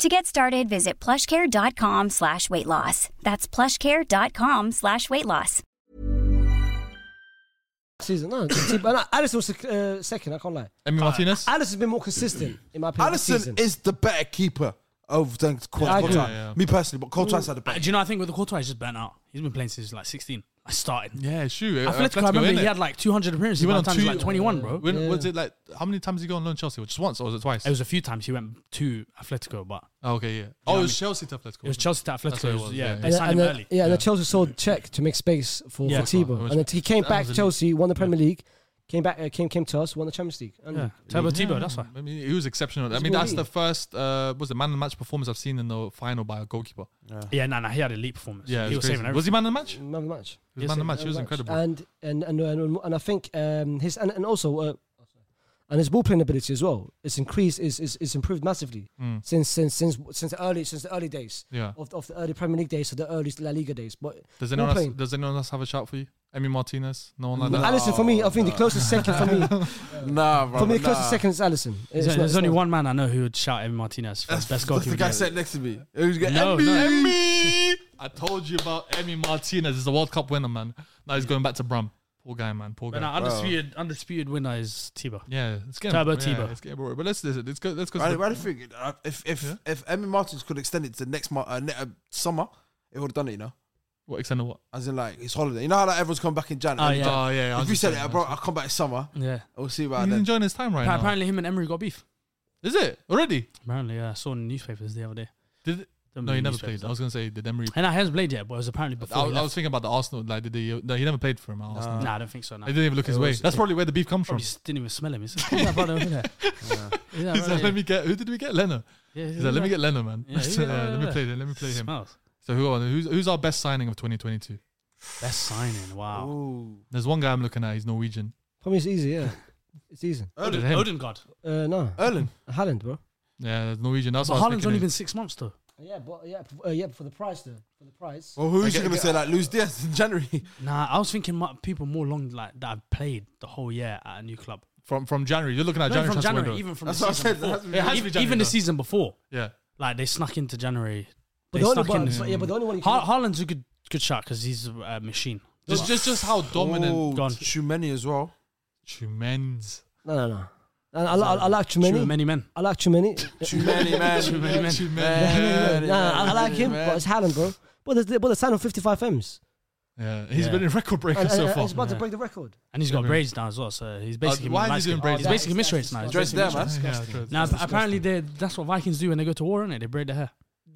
To get started, visit plushcare.com slash weight loss. That's plushcare.com slash weight loss. season. No, [coughs] Tebow. No, Allison was uh, second. I can't lie. Emmy Martinez. Allison's been more consistent in my opinion. this Allison season. is the better keeper of than I Courtois. agree. Yeah, yeah. Me personally, but Courtois had the Uh, better. Do you know? I think with the Courtois, he's just burnt out. He's been playing since like 16. I started. Yeah, uh, shoot. Atletico, I remember he had like 200 appearances. He went on like 21, bro. When was it like? How many times did he go on loan Chelsea? Just once or was it twice? It was a few times he went to Atletico, but oh, okay, yeah. what Oh, I it was mean? Chelsea to Atletico. it was Chelsea to That's what Atletico. it It was, was, yeah, yeah. they And, signed and, uh, him the, early. yeah, and Yeah. the Chelsea sold check to make space for, Yeah. for Tebow, Which- and then he came that back was a- Chelsea, won the Premier League, came back, uh, came came to us, won the Champions League. And Yeah. Turbo Tebow, that's why. I mean, he was exceptional. I That's mean, what that's I the mean. first uh, was the man of the match performance I've seen in the final by a goalkeeper. Yeah, no, no, he had elite performance. Yeah, it he was crazy. saving everything. Was he man of the match? He Man of the match. was man of Yes, the he match. He was Man of the match. incredible. And and and and, and I think um, his and, and also uh, and his ball playing ability as well. It's increased, is is, is improved massively Mm. since since since since the early since the early days Yeah. of, of the early Premier League days to the early La Liga days. But Does anyone else, playing. Does anyone else have a shout for you? Emmy Martinez. No one like But that. Allison for me, I think the closest second for me Nah, bro. for me the nah. closest second is Allison. There's, It's not- there's it's only not- one man I know who would shout Emmy Martinez for That's, best that's goalkeeper. the in guy the league. sitting next to me. It was getting No, no, Emmy. Emmy. I told you about Emmy Martinez. He's a World Cup winner, man. Now he's going back to Brum. Poor guy, man. Poor guy. But no, undisputed, undisputed winner is Tebow. yeah, it's getting Turbo yeah, Tebow. It's getting boring. But let's let's let's go. Let's go. to Why, the- why do you think uh, if if Yeah. if Emmy Martins could extend it to next month, uh, ne- uh, summer, it would have done it, you know? What extent of what? As in like his holiday. You know how like, everyone's come back in January. Oh, yeah. Oh yeah. I If was you just said saying, it, bro, man. I'll come back in summer. Yeah. We'll see about He's then. enjoying his time right now. Apparently, him and Emery got beef. Is it already? Apparently, yeah, I saw in the newspapers the other day. Did it? Don't No, he believe never newspapers, played. I was gonna say did Emery. And I hasn't played yet, but it was apparently I, before. he I was left. thinking about the Arsenal. Like did he? No, he never played for him. at Arsenal. nah, I don't think so. Nah. He didn't even look his It way. was- That's probably where the beef comes from. Probably s- didn't even smell [laughs] him. He said, "Who's that brother over there?" Is that He's like, brother- let me get. Who did we get? Leno. yeah, He's like, let me get Leno, man. Yeah, [laughs] So, yeah, uh, let me yeah. play him. Let me play him. Smells. So who are who's who's our best signing of 2022? Best signing. Wow. Ooh. There's one guy I'm looking at. He's Norwegian. For me, it's easy. Yeah, season? Odin, Odin, Odin God. Uh, no. Erlen. Haaland, bro. Yeah, the Norwegian. That's But what I was Haaland's only thinking. been six months though. Yeah, but yeah, p- uh, yeah, for the price though. For the price. Well, who is you going to say that? Lose Diaz in [laughs] January. Nah, I was thinking mu- people more long like that have played the whole year at a new club. From from January. You're looking at No, Uh, January. from transfer January, window. even from That's the what I season said. before. That's- It has to even, be January, even the though. season before, Yeah. like they snuck into January. But They the, only snuck one, in. but, yeah, but the only one. you Ha- can- Haaland's a good good shot because he's a machine. Just just just how dominant Oh, Gone. too many as well. Chumens. No, no, no. And I, li- I like Many, Chumeni. many men. I like Chumeni. Too [laughs] many, man. Too many men. Chumens. no, many, no, I like him, man. but it's Haaland, bro. But the, but the sign on 55 M's. Yeah, he's Yeah. been in record breaker And, and, so and far. he's about to Yeah. break the record. Oh, And he's got Yeah, braids now as well, so he's basically Uh, why is he light-skinned. doing braids? He's basically That's- misrates now. that's He's Dress basically them, misrates. man. Yeah, true. Now ap- apparently they that's what Vikings do when they go to war, isn't it? They braid their hair.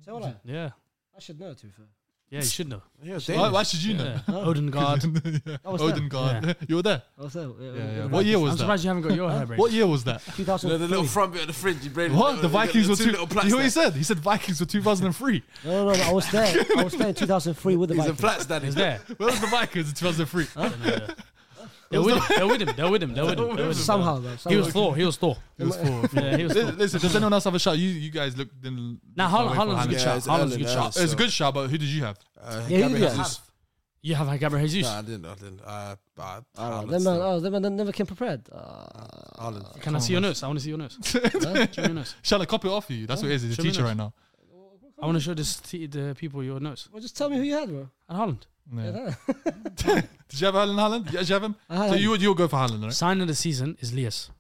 So what I, Yeah, I should know, to be fair. yeah, you should know. Yeah, why, Danish. why should you know? [laughs] Yeah. Odin God. I was Odin God. [laughs] You were there. I was there. Yeah, Yeah, yeah. yeah. What year I'm was that? surprised you haven't got your hair braided. What year was that? 2003. You know, the little front bit of the fridge, you braided What? The little- Vikings were two two. little [laughs] You plaits know what he there. said? He said Vikings were 2003. No, no, no, I was there. I was there in 2003 with the He's a Vikings. flats daddy. Is there? [laughs] Where was the Vikings in 2003? They're with him. They're with him. They're with him. They're with him. They're with him. Somehow, bro. Somehow. He was Thor. He [laughs] was Thor. It was four. Yeah, he was Li- Thor. Listen, does anyone else have a shot? You you guys look. Didn't Now look Haaland, away from Haaland's a good Yeah, shot. it's Haaland's a early good now. shot. It's a good shot, but who did you have? Uh, Yeah, he Gabriel did. Jesus. You have like Gabriel Jesus. Nah, I didn't. I didn't. Uh, I, Oh, I, them man, oh, them man never came prepared. Uh, Haaland. Can I see your notes? I want to see your [laughs] notes. Show me your notes. Shall I copy it off you? That's what it is. He's a Show me teacher those. right now. I want to show this t- the people your notes. well, just tell me who you had, bro. At Holland. Yeah. Yeah. Did you have Haaland? Haaland? Did you actually have him? I had So him. you would you'll go for Haaland, right? Sign of the season is Lias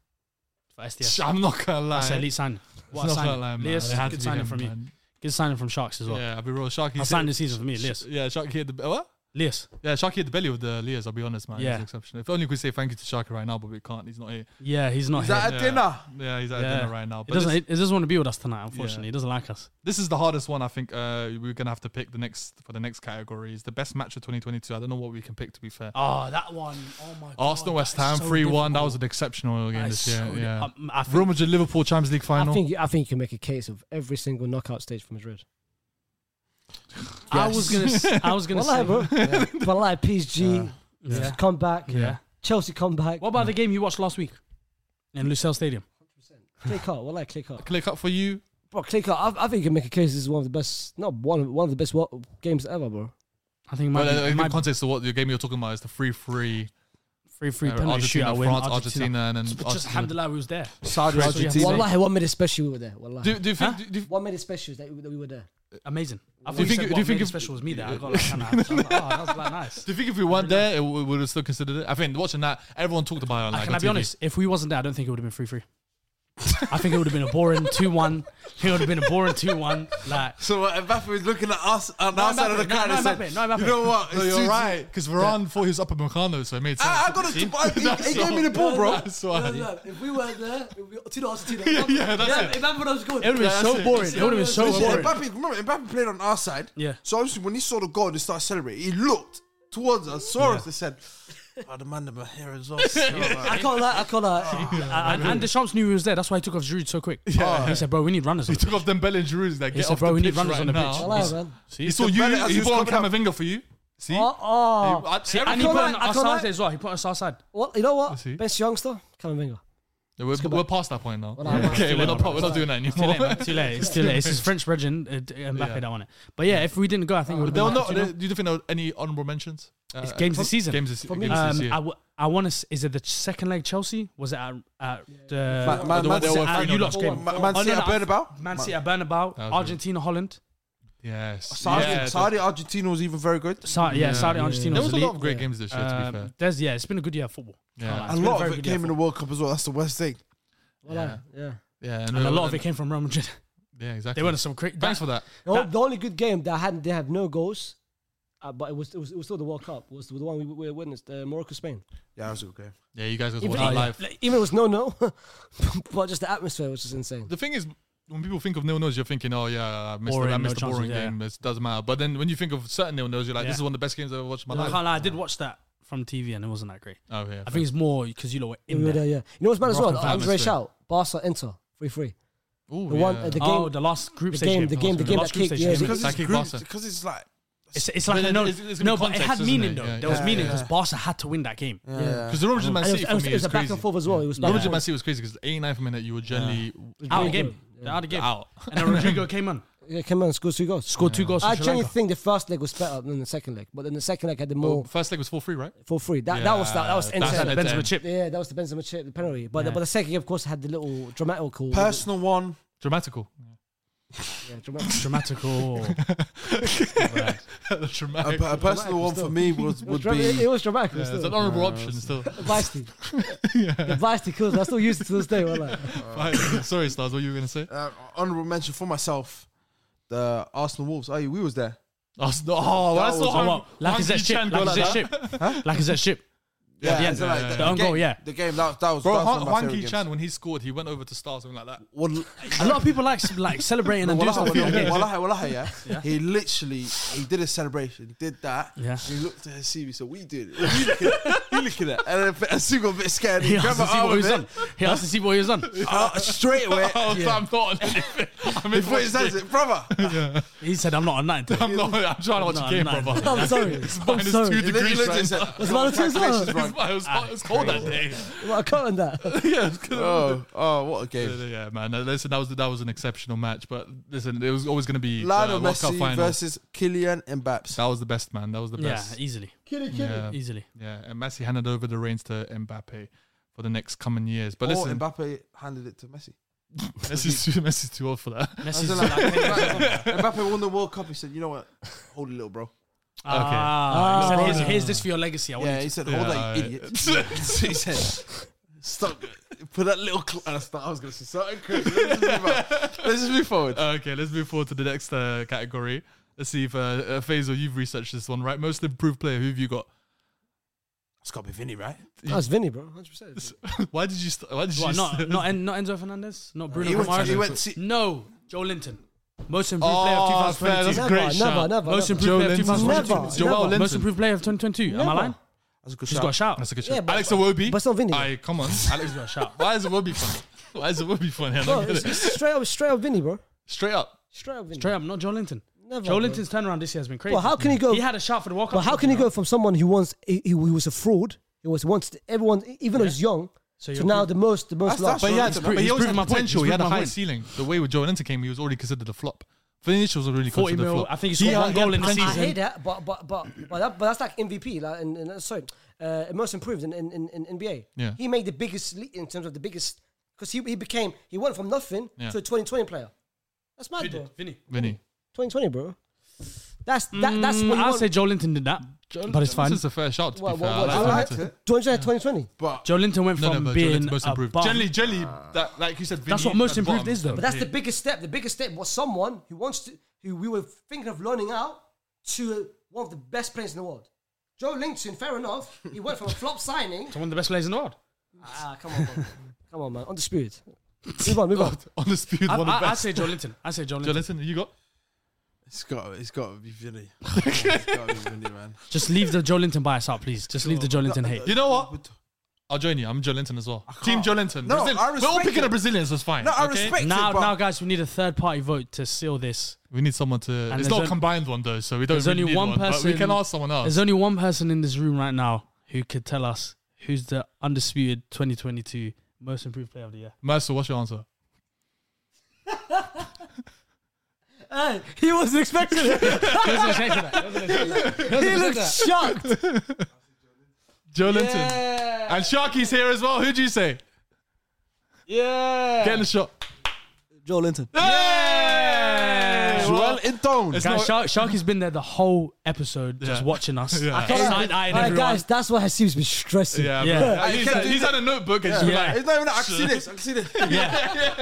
for SDS. I'm not gonna lie. That's elite sign. It's What a not signing. gonna lie, man. Lias, It had to good be signing him, from you. man. Good signing from Sharks as well. Yeah, I'll be real. Sharky. I said- signed this season for me, Lias. Yeah, Sharky hit the be- what? Lias. Yeah, Sharky hit the belly with the Leas. I'll be honest, man. Yeah, Yeah. he's exceptional. If only we could say thank you to Sharky right now, but we can't. He's not here. Yeah, he's not He's here. at Yeah. a dinner. Yeah, he's at Yeah. dinner right now. He But doesn't. this, He doesn't want to be with us tonight. Unfortunately, he doesn't like us. this is the hardest one. I think uh, we're gonna have to pick the next for the next category is the best match of 2022. I don't know what we can pick to be fair. Oh, that one. Oh my. Arsenal West Ham three one. That was an exceptional game That this is year. so di- yeah, um, I think- Real Madrid Liverpool Champions League I final. think I think you can make a case of every single knockout stage for Madrid. I was gonna. s- I was gonna Well, say. uh, bro. [laughs] But like PSG, Yeah. come back. Yeah. Chelsea come back. What about the game you watched last week in Lucille Stadium? Click up. Well, like click up. Click up for you. Bro, click up. I, I think you can make a case. This is one of the best, not one, one of the best wo- games ever, bro. I think it might But be, uh, it in might be context of what the game you're talking about is the three three free free uh, penalty Argentina, shootout win. France, Argentina, and then But just Argentina. alhamdulillah, we was there. Saudi That's what you have to Argentina. say. Wallahi, one minute special we were there. Wallahi. Do, do you think? Huh? Do, do, one minute special is that we, that we were there. Amazing. I Do thought you you think- said do what you think made it if- special was me [laughs] there. I got like kind of. Like, oh, that was like nice. do you think if we weren't there, it, we would have still considered it? I think watching that, everyone talked about it. Uh, Like, can on I be TV. honest? If we wasn't there, I don't think it would have been free free. I think it would have been a boring two one. It would have been a boring two one. Like So uh, Mbappe was looking at us on No, our side of the Mbappe, no, crowd no, and said, Mbappe, no, Mbappe. "You know what? No, It's you're two- right. Because Varane thought he was up at Meccano, so it made sense. [laughs] I, I got a. He, he gave me the ball, [laughs] bro. That's why. Yeah, If we were there, it would be two dollars to yeah, that's it. Remember those good. it would have been Yeah, that's so it. boring. It would have been so Listen, boring. Mbappe, remember, Mbappe played on our side. Yeah. So obviously, when he saw the goal, they started celebrating. He looked towards us, saw us, and said, "Oh, the man, the here [laughs] as well." I can't lie. I can't lie. Uh, And, and Deschamps knew he was there. That's why he took off Giroud so quick. He said, "Bro, we need runners." on He the took off Dembele and Giroud. Like, He get said, off "Bro, the we need pitch runners right on the now." pitch. Wallahi, man. He saw you. Dembele as He he was brought on coming Camavinga for you. See, Oh, oh. I- pitch. and every- he put can't on lie, I our can't side lie. as well. He put us our side. Well, you know what? see. Best youngster, Camavinga. Yeah, we're, we're past that point now. Well, I'm- Okay, we're not, we're not doing that Too late, anymore. man. Too late. [laughs] It's too late. It's his French brethren, uh, d- Mbappe, Yeah. that won it. But yeah, if we didn't go, I think it would There were have been. not. There, Like, Coutinho. do you think there were any honorable mentions? It's games this season. Games this, games this um, year. I, w- I want to. Is it the second leg Chelsea? Was it at, at uh, the Ma- ma- The one- Man there City- were uh, three you nil lost down. game. Ma- Man Oh, no, City no, at Bernabeu. Man City at Bernabeu, was Argentina, Holland. Yes. Saudi, Yeah, Saudi Argentina was even very good. Sa- yeah, Saudi, Argentina. There was a elite. lot of great games this year, to be Um, fair. There's yeah, it's been a good year of football. Yeah. Can't lie, A it's been lot very of it good year came in the football. World Cup as well. That's the worst thing. Wallahi, yeah. Yeah, and a lot of it came from Real Madrid. [laughs] Yeah, exactly. They went to some crazy. Thanks for that. The, That- the only good game that had they have no goals, uh, but it was, it was it was still the World Cup was the one we, we witnessed uh, Morocco Spain. Yeah, that was a good game. Yeah, you guys got to watch Even, if- it live. like, even if it was no no, [laughs] but just the atmosphere was just insane. The thing is, when people think of nil nils, you're thinking, oh yeah, I missed, Boring, the, I no missed the chances, boring yeah. game. It doesn't matter. But then when you think of certain nil nils, you're like, Yeah. this is one of the best games I've ever watched in my I, can't life. lie, I did watch that from TV and it wasn't that great. Oh yeah. I think it's more because you know we're in we were there. there, yeah. You know what's bad as well? Moroccan Andre atmosphere. Shout, Barca Inter, free free. Ooh, The one yeah. uh, the game oh, the last group the stage game- the game- the last group game that kicked- stage yeah, game. Because I it's, kick group, Barca. because it's like It's, it's like But a it- no, it's- it's gonna no, be but it context, had isn't meaning it? though. Yeah, there was yeah, meaning because Barca had to win that game. Because the Rangers Man And it was, City it for was, me it was is a back crazy. and forth as well. It was The like, Rangers Man City was crazy because 89th minute you were generally oh, Out Yeah. of game. Yeah. Out of game. out. And then Rodrigo [laughs] came on, yeah, came on, scored two goals. scored two goals. I for Oh, Sri genuinely Lanka. think the first leg was better than the second leg, but then the second leg had the Well, more first leg was 4 3, right? for free. That that was that, that was Oh. Yeah, that's insane. it. Benzema Then- chip. Yeah, that was the Benzema chip, the penalty. But the, Yeah. but the second, game, of course, had the little dramatic call. Personal one. Dramatical. [laughs] Yeah, [laughs] dramatic. [laughs] Dramatical. A, Dramatic. a personal one for me was It was, would drama- it, be. it was dramatic. Yeah, Yeah, it's still. an honourable Uh, [laughs] option still. The Vice The Vice kills. I still use it to this day. [laughs] Like, Fine. [laughs] Sorry, Stars, what you were going to [laughs] say? Uh, honorable mention for myself. The Arsenal Wolves. Oh, yeah, we was there. Oh, s- oh That that's was- so Oh, hard. what? Like is that ship? Like is that ship? Like is that ship? Yeah, yeah, so like yeah, the, yeah. The own game, goal, yeah. The game that, that was. Bro, that was one of my Juan favorite Ki games. Chan, when he scored, he went over to Stars, something like that. Wal- A lot of people like like celebrating No, and doing wallahi, stuff. wallahi, Yeah. wallahi, wallahi, yeah. He literally he did a celebration, he did that. Yeah. and he looked at his CV, so we did it. He looking at, he looking at, and then Asu got a bit scared. He, He asked grabbed my to see what arm he a was bit, on. He asked to see what he [laughs] was on. uh, straight away. [laughs] Oh, so I'm not on anything. [laughs] I'm He in put his hands watching. in, [laughs] brother. He said, "I'm not on that." I'm not. I'm trying to watch No, a game, no, brother. [laughs] I'm sorry. It's I'm minus sorry. two He literally degrees. looked Right? and It's, said, It's about to "Congratulations, say, bro." it was, hot- it was cold that day. [laughs] well, I can't on that. yeah, it's cold. Oh, oh, what a game! Yeah, man. uh, Listen, that was that was an exceptional match, but listen, it was always going to be uh, Lionel the World Cup Messi final. versus Kylian Mbappe. that was the best, man. That was the Yeah, best. easily, Yeah, yeah. easily. And Messi handed over the reins to Mbappe for the next coming years. But Or listen, Oh, Mbappe handed it to [laughs] Messi. [laughs] Messi's too, Messi's too old for that. [laughs] As Messi's in, like, Mbappe Mbappe won the World Cup. He said, "You know what? Hold it, little bro." Ah, he said, here's, here's this for your legacy. I want Yeah, you he to- said, "Hold Yeah, that, you [laughs] idiot." [laughs] he said, "Stop." Put that little. Cl- and I, start, I was going to say something crazy. Let's just move on. Let's just move forward. Okay, let's move forward to the next uh, category. Let's see if uh, uh, Faisal, you've researched this one, right? Most improved player. Who have you got? It's got to be Vinny, right? That's Vinny, bro. 100%. Why did you? St- why did What, you? not [laughs] st- not En- not Enzo Fernandez, not Bruno He went to- Camara. he went to- no, Joe Linton, most improved player oh, of fair, that's 2022. a Never, great never, shout. never. Most improved Joe player of Linton. 2022. Never, Joel never. Linton. Most improved player of 2022. Am I lying? That's a good He's shot. got a shout. That's a good Yeah, shout. but- Alex Awobi. but it's not Vinny. Aye, come on. Alex got a shout. Why is Awobi funny? Why is Awobi funny? I Bro, don't get it's, it. it's straight up, straight up Vinny, bro. Straight up. Straight up Vinny. Straight up, not Joe Linton. Never, Joe bro. Linton's turnaround this year has been crazy. Well, how can he go- He had a shout for the World Cup. But how can he you go from someone who once he, he was a fraud, he was once everyone, even though he's young, So to you're now proof- the most, the most That's- that's loved. But he, Well, had, he's but pro- he he's always had proven my point. potential. He's He had a proven my high point. ceiling. The way with Joel Linton came, he was already considered a flop. Vinicius was already 40 considered a mil, flop. I think he scored had- one goal had in the I, potential. I season. hate that, but but but but, that, but that's like MVP, like and, and uh, sorry, uh, most improved in, in, in, in NBA. Yeah. he made the biggest leap in terms of the biggest because he, he became he went from nothing Yeah. to a 2020 player. That's mad, bro. Vinny. Vinny. 2020, bro. That's that, that's what you Mm, I'll want. say Joe Linton did that, but it's fine. This is a fair shout, to Well, be fair. well, well, I I like liked Vinny too. it, Do you understand 2020? but Joe Linton went No, no, from but Joel being Linton's most improved. above- Generally, generally, that, like you said, Vinny That's what most at improved bottom. is, though. But that's the biggest step. The biggest step was someone who wants to, who we were thinking of loaning out to one of the best players in the world. Joe Linton, fair enough. He went from a [laughs] flop signing. one of the best players in the world. Ah, come on, man. come on, man. Undisputed. Move on, move [laughs] on. On the speed, I, one of the I, I best. say Joe Linton. I say Joe Linton. Joel Linton, you got? it's got it's got to [laughs] be Vinny. it's got to be Vinny, man. Just leave the Joe Linton bias out, please. Just leave the Joe Linton hate. You know what? I'll join you. I'm Joe Linton as well. Team Joe Linton. Ah, No, Brazil. I We're all respect picking it. a Brazilian, so it's fine. No, I okay? respect Now, it, but now, guys, we need a third party vote to seal this. We need someone to. it's there's not a on- combined one though, so we don't. There's really only need one but person. we can ask someone else. There's only one person in this room right now who could tell us who's the undisputed 2022 most improved player [laughs] of the year. Mercer, what's your answer? Hey, he wasn't expecting it. [laughs] He wasn't expecting that. He wasn't expecting [laughs] that. he looked shocked. Joe Linton. And Sharky's here as well. Who'd you say? Yeah. Getting the shot. Joe Linton. Yeah. Joel Linton. It's Guys, not- Shark, Shark has been there the whole episode, just Yeah. watching us. [laughs] Yeah. I Side eyeing Alright, everyone. guys, that's why Hasib's been stressing. yeah, Yeah. bro. I He's, can't had, do he's that. had a notebook and she's Yeah. like, It's not even that. I can see this. I can see this. [laughs] yeah,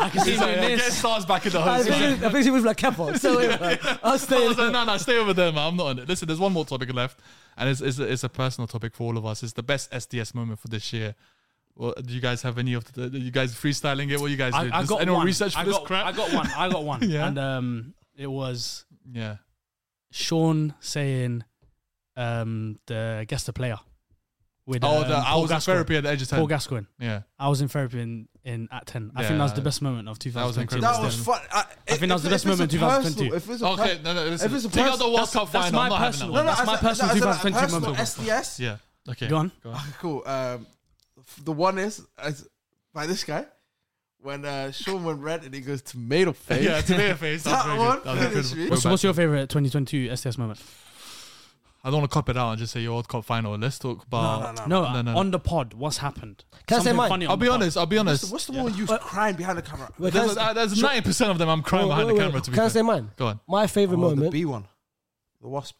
I can see he's him like, in yeah, get this. stars back in the I host. think, he- I think he was like, careful. [laughs] So, uh, I'll I stay. was like, no, no, stay over there, man. I'm not on it. Listen, there's one more topic left, and it's it's a, it's a personal topic for all of us. It's the best SDS moment for this year. Well, do you guys have any of the? You guys freestyling it? What you guys I, did? I Does got anyone one. research for I this got, crap? I got one. I got one. [laughs] Yeah. And um, it was yeah. Sean saying, um, the guess the player. with Oh, um, the, I Paul was in Gascoigne. therapy at the age of 10. Paul Gascoigne. yeah. I was in therapy in, in at ten. I think Yeah. that was the best moment of was 2022. incredible. That was fun. I, think that was the best if it's moment a in 2022. personal- If it's a Okay, per- no, no, listen. If it's a Take out pers- the World Cup that's final. my I'm not having that personal- one. That's as my a- personal as a- as a 2022 personal moment. SDS. Yeah. Okay. Go on. Cool. Um, f- the one is is by this guy when uh, Sean went red and he goes tomato face. [laughs] Yeah, tomato face. That was That very one good. That was finished incredible. me. Go What's, back what's to your it. favorite 2022 STS moment? I don't want to cop it out and just say your World Cup final. Let's talk about. No, on the pod, what's happened? Can I say Something mine? funny on I'll be the pod. honest. I'll be honest. What's the one you was crying behind the camera? Wait, can I There's say- uh, there's ninety percent of them I'm crying Wait, behind wait, the wait. camera. To be Can I fair. say mine? Go on. My favorite Oh, the moment. B one, the wasp.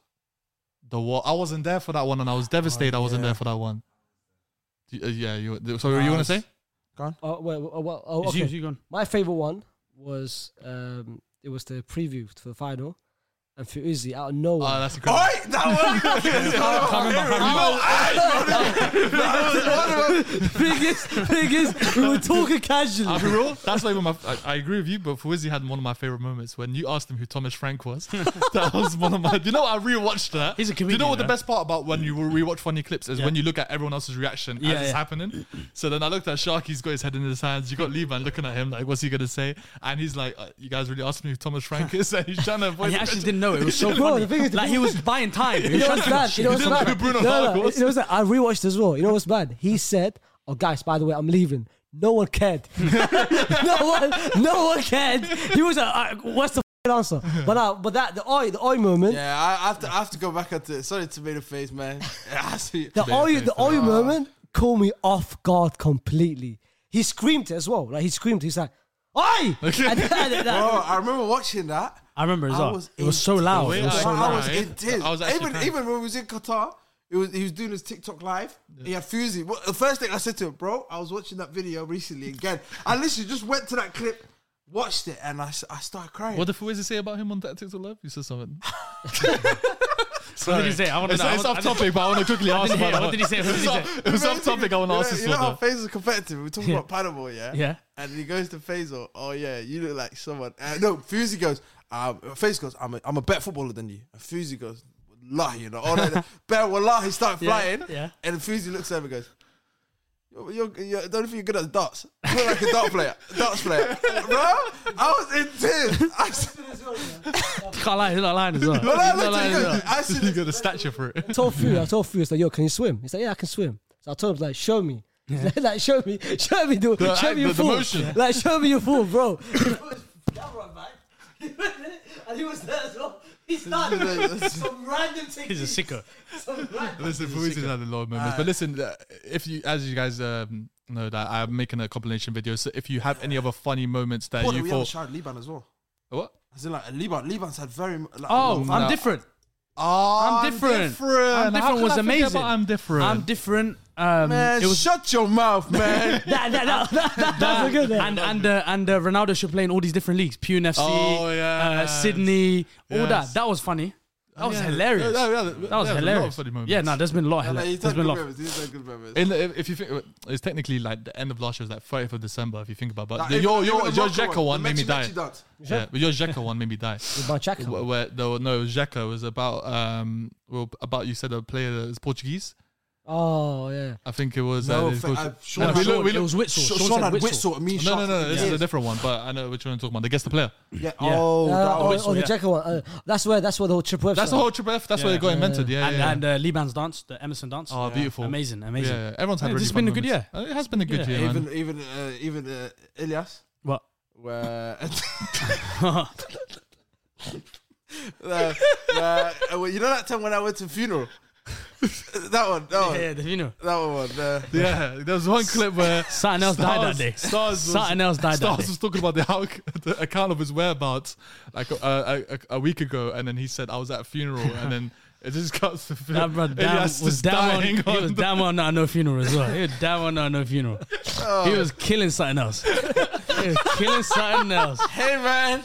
The war. I wasn't there for that one, and I was devastated. I Oh, wasn't there for that one. Y- uh, yeah. You. So you want to say? Oh, wait, oh, well, oh, It's okay. you, you gone. My favorite one was um, it was the preview for the final, and Fuzi out of nowhere. Oh, that's incredible. Oi, [laughs] that one. Oh, [laughs] biggest, biggest. We were talking casually. I'll be real. That's not even my. I, I agree with you, but Fawzi had one of my favorite moments when you asked him who Thomas Frank [laughs] was. that was one of my. You know, I rewatched that. He's a Do you know comedian, what the right? best part about when you rewatch funny clips is when you look at everyone else's reaction Yeah, as it's yeah. happening. So then I looked at Shark. He's got his head in his hands. You got Levan looking at him like, what's he gonna say? And he's like, uh, you guys really asked me who Thomas Frank is, [laughs] and he's trying to avoid. [laughs] And he the actually question. didn't know. It was so Bro, funny. the thing is- like, he was buying time. He [laughs] [laughs] You was know trying what's to bad? You know He what's didn't bad? know who Bruno no, no, Mars was. you know what's bad? I rewatched as well. You know what's bad? He said, "Oh, guys, by the way, I'm leaving." No [laughs] one cared. [laughs] no one, no one cared. He was like, "Alright, "What's the [laughs] f***ing answer?" But uh, but that the oi, the oi moment, Yeah, I, I have to. I have to go back at it. Sorry, tomato face, man. [laughs] It has to be- the oi, the oi Ah. moment, caught me off guard completely. He screamed as well. Like he screamed. He's like, [laughs] "Oi!" And that- that- that- Bro, I remember watching that. I remember as I well. was it was so in- loud. Wait, It was so I, I was loud. crying. intense. I was actually even crying. even when we was in Qatar, it was he was doing his TikTok live. He had Fuzi. Well, the first thing I said to him, bro, I was watching that video recently again. I literally just went to that clip, watched it, and I, s- I started crying. What did Fawzi say about him on that TikTok live? You said something. What did [laughs] he say? I want to It's, know. I it's off want- I didn't- topic, but I want to quickly I ask didn't about hear. that. What did he say? What did he say? It was off topic. I want to ask you this know, you know how one. Faisal competitive. We're talking Yeah. about paddleball, yeah. Yeah. And he goes to Faisal. Oh yeah, you look like someone. Uh, no, Fuzi goes. Um, Faisal goes. I'm a, I'm a better footballer than you. And Fuzi goes. Wallahi, you know. Oh, no, no. better wallahi. Start flying. yeah. And Fuzi looks over and goes. You're, you're, you're, I don't think you're good at darts. You look like a dart player. Darts player, bro. I was in tears. I s- Can't lie. He's not lying as well. when I He's looked not at lying as him, he well. goes, I This [laughs] said, nigga got the stature for it. told Fury, I told Fury, I was like, yo, can you swim? He's like, yeah, I can swim. So I told him, like, show me. [laughs] like, show me, show me, dude. The show act- me your the- the fool. motion. [laughs] Like, show me your [laughs] fool, bro. That right [laughs] back. and he was there as well. [laughs] He's [laughs] done some random thing. [laughs] He's a sicko. Some random. Listen, Fawzi's had a lot of moments. But listen, uh, if you, as you guys um, know, that I'm making a compilation video. So if you have any other funny moments that "What you we have a thought, shout at Liban as well?" what? As in, like Liban. Liban's had very. m- Like, Oh, no. I'm different. Oh, I'm different. different. I'm How can different I was forget amazing. about I'm different. I'm different. Um, Man, it was shut your [laughs] mouth, man. That, that, [laughs] that, that, that, that's a good one. and and uh, and uh, Ronaldo should play in all these different leagues. Pune FC, Oh, yeah. uh, Sydney, all that. Yes. That was funny. That was Yeah. hilarious. Yeah, yeah, that was there's a lot of hilarious. funny moments. Yeah, no, there's been a lot. Yeah, Of like, hila- he's there's done been a lot. good memories. He's done good memories. In the, if you think it's technically like the end of last year was like 30th of December. If you think about, it. but Like, the, even- your even your the your Morocco Jekka one, one the made me Mechi- die. Mechi dance. Yeah, but your Jekka one made me [laughs] die. My check. where, where there were, no Jekka was about um well, about you said a player that is Portuguese. Oh, yeah. I think it was. No, uh, fa- Portu- uh, Sean And had we Sean- look- we it look- was Witzel. Sean, Sean Sean said had Witzel. Witzel and me. No, no, Sharp no. had This is a Witzel. different one, but I know which one I'm talking about. They guess the player. Yeah. Yeah. Oh, Uh, that oh, was. oh, the yeah. checker one. Uh, that's where that's where the whole trip website. That's the whole triple F. That's where Yeah. it got invented. Yeah, and yeah. and uh, Liban's dance, the Emerson dance. oh, beautiful. Amazing, Yeah, amazing. yeah. everyone's had. Hey, really this has fun been a good moments. Uh, It has been a good Yeah. year, man. Even even uh, even uh, Ilyas. What? [laughs] Where. [laughs] Uh, uh, well, you know that time when I went to funeral. [laughs] that one. That one. Yeah, the- you know, That one. Uh, Yeah, there [laughs] was one clip where something else died that day. Stars was, Something else died that Stars day. was talking about the, how- the account of his whereabouts like uh, a, a, a week ago, and then he said I was at a funeral, and then it just cuts to That bro damn, Ilyas was just damn on, dying he on was the- damn on not at no funeral as well. He was damn on not at no funeral. He Oh. was killing something else. He was killing something else. hey man.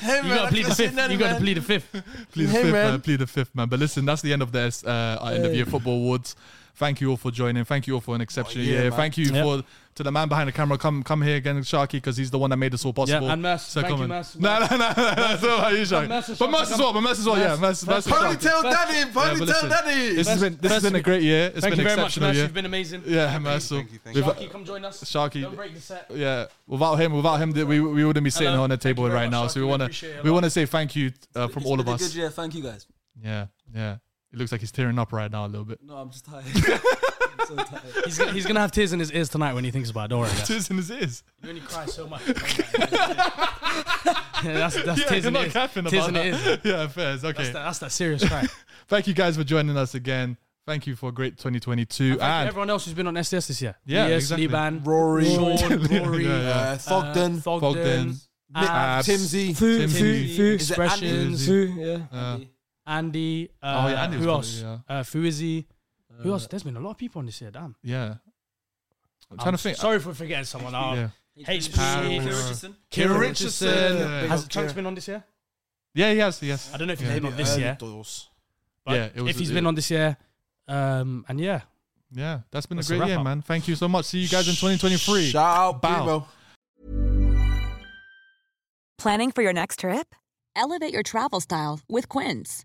Hey man. You gotta plead the fifth. You gotta plead the fifth. plead the Hey, fifth, man. man. Plead the fifth, man. But listen, that's the end of this uh, our end of year football awards. Thank you all for joining. Thank you all for an exceptional yeah, year. man. Thank you Yeah. for to the man behind the camera. Come come here again, Sharky, because he's the one that made this all possible. and Mas. So Thank come you, in. Mas. No, no, no, no. That's not about you, Mas and Sharky. But Sharky Mas as come- well. But Mas as well. Yeah, Mas- Mas. Mas. Mas and Sharky. and Ponytail Best- daddy, Yeah, but ponytail listen, daddy. This has been this has been a great year. It's Thank been you very much, exceptional Mas. year. You've been amazing. yeah, Mas. so- thank you, thank you. without- Sharky, come join us. Sharky- Don't break the set. yeah, without him, without him, that we we wouldn't be sitting Hello. on the Thank you table very right much, now. Sharky. So we We want appreciate to it a we lot. want to say thank you uh, from all of been a us. Good, yeah, thank you guys. Yeah, yeah. It looks like he's tearing up right now a little bit. No, I'm [laughs] just tired. I'm so tired. He's gonna, he's gonna have tears in his ears tonight when he thinks about it. Don't worry. guys. Tears in his ears. You only cry so much. yeah, [laughs] that's that's Yeah, tears you're in not his ears. capping Tears about in his ears. that. [laughs] Yeah, fair. It's That's Okay. that, that's [laughs] that serious cry. Thank you guys for joining us again. Thank you for a great 2022. And, Thank you everyone else who's been on SDS this year. E Yeah, yes, exactly. Liban, Rory. Sean, [laughs] Yeah, Rory, yeah, yeah. Uh, Thogden, uh, Thogden, Fogden, Abs, Timsy. Timmy. Foo, foo, foo, Is it Expressions, Andy? foo, yeah. uh, Andy. Uh, Oh, yeah, Andy was who probably- else? yeah. Uh, Fuizzi. Who Uh, else? There's been a lot of people on this year. Damn. Um, yeah. I'm trying to think. Sorry for forgetting someone. Uh, yeah. Um, HP. Kieran Richardson. Kieran Richardson. Has Chunks been on this year? Yeah, yes, yes. I don't know if he's Yeah. been on this year, but Yeah, it was- if he's it- been on this year, um, and yeah, Yeah, that's been That's a a great wrap year, up. man. Thank you so much. See you guys in 2023. Shout out, Bow. Primo. Planning for your next trip? Elevate your travel style with Quince.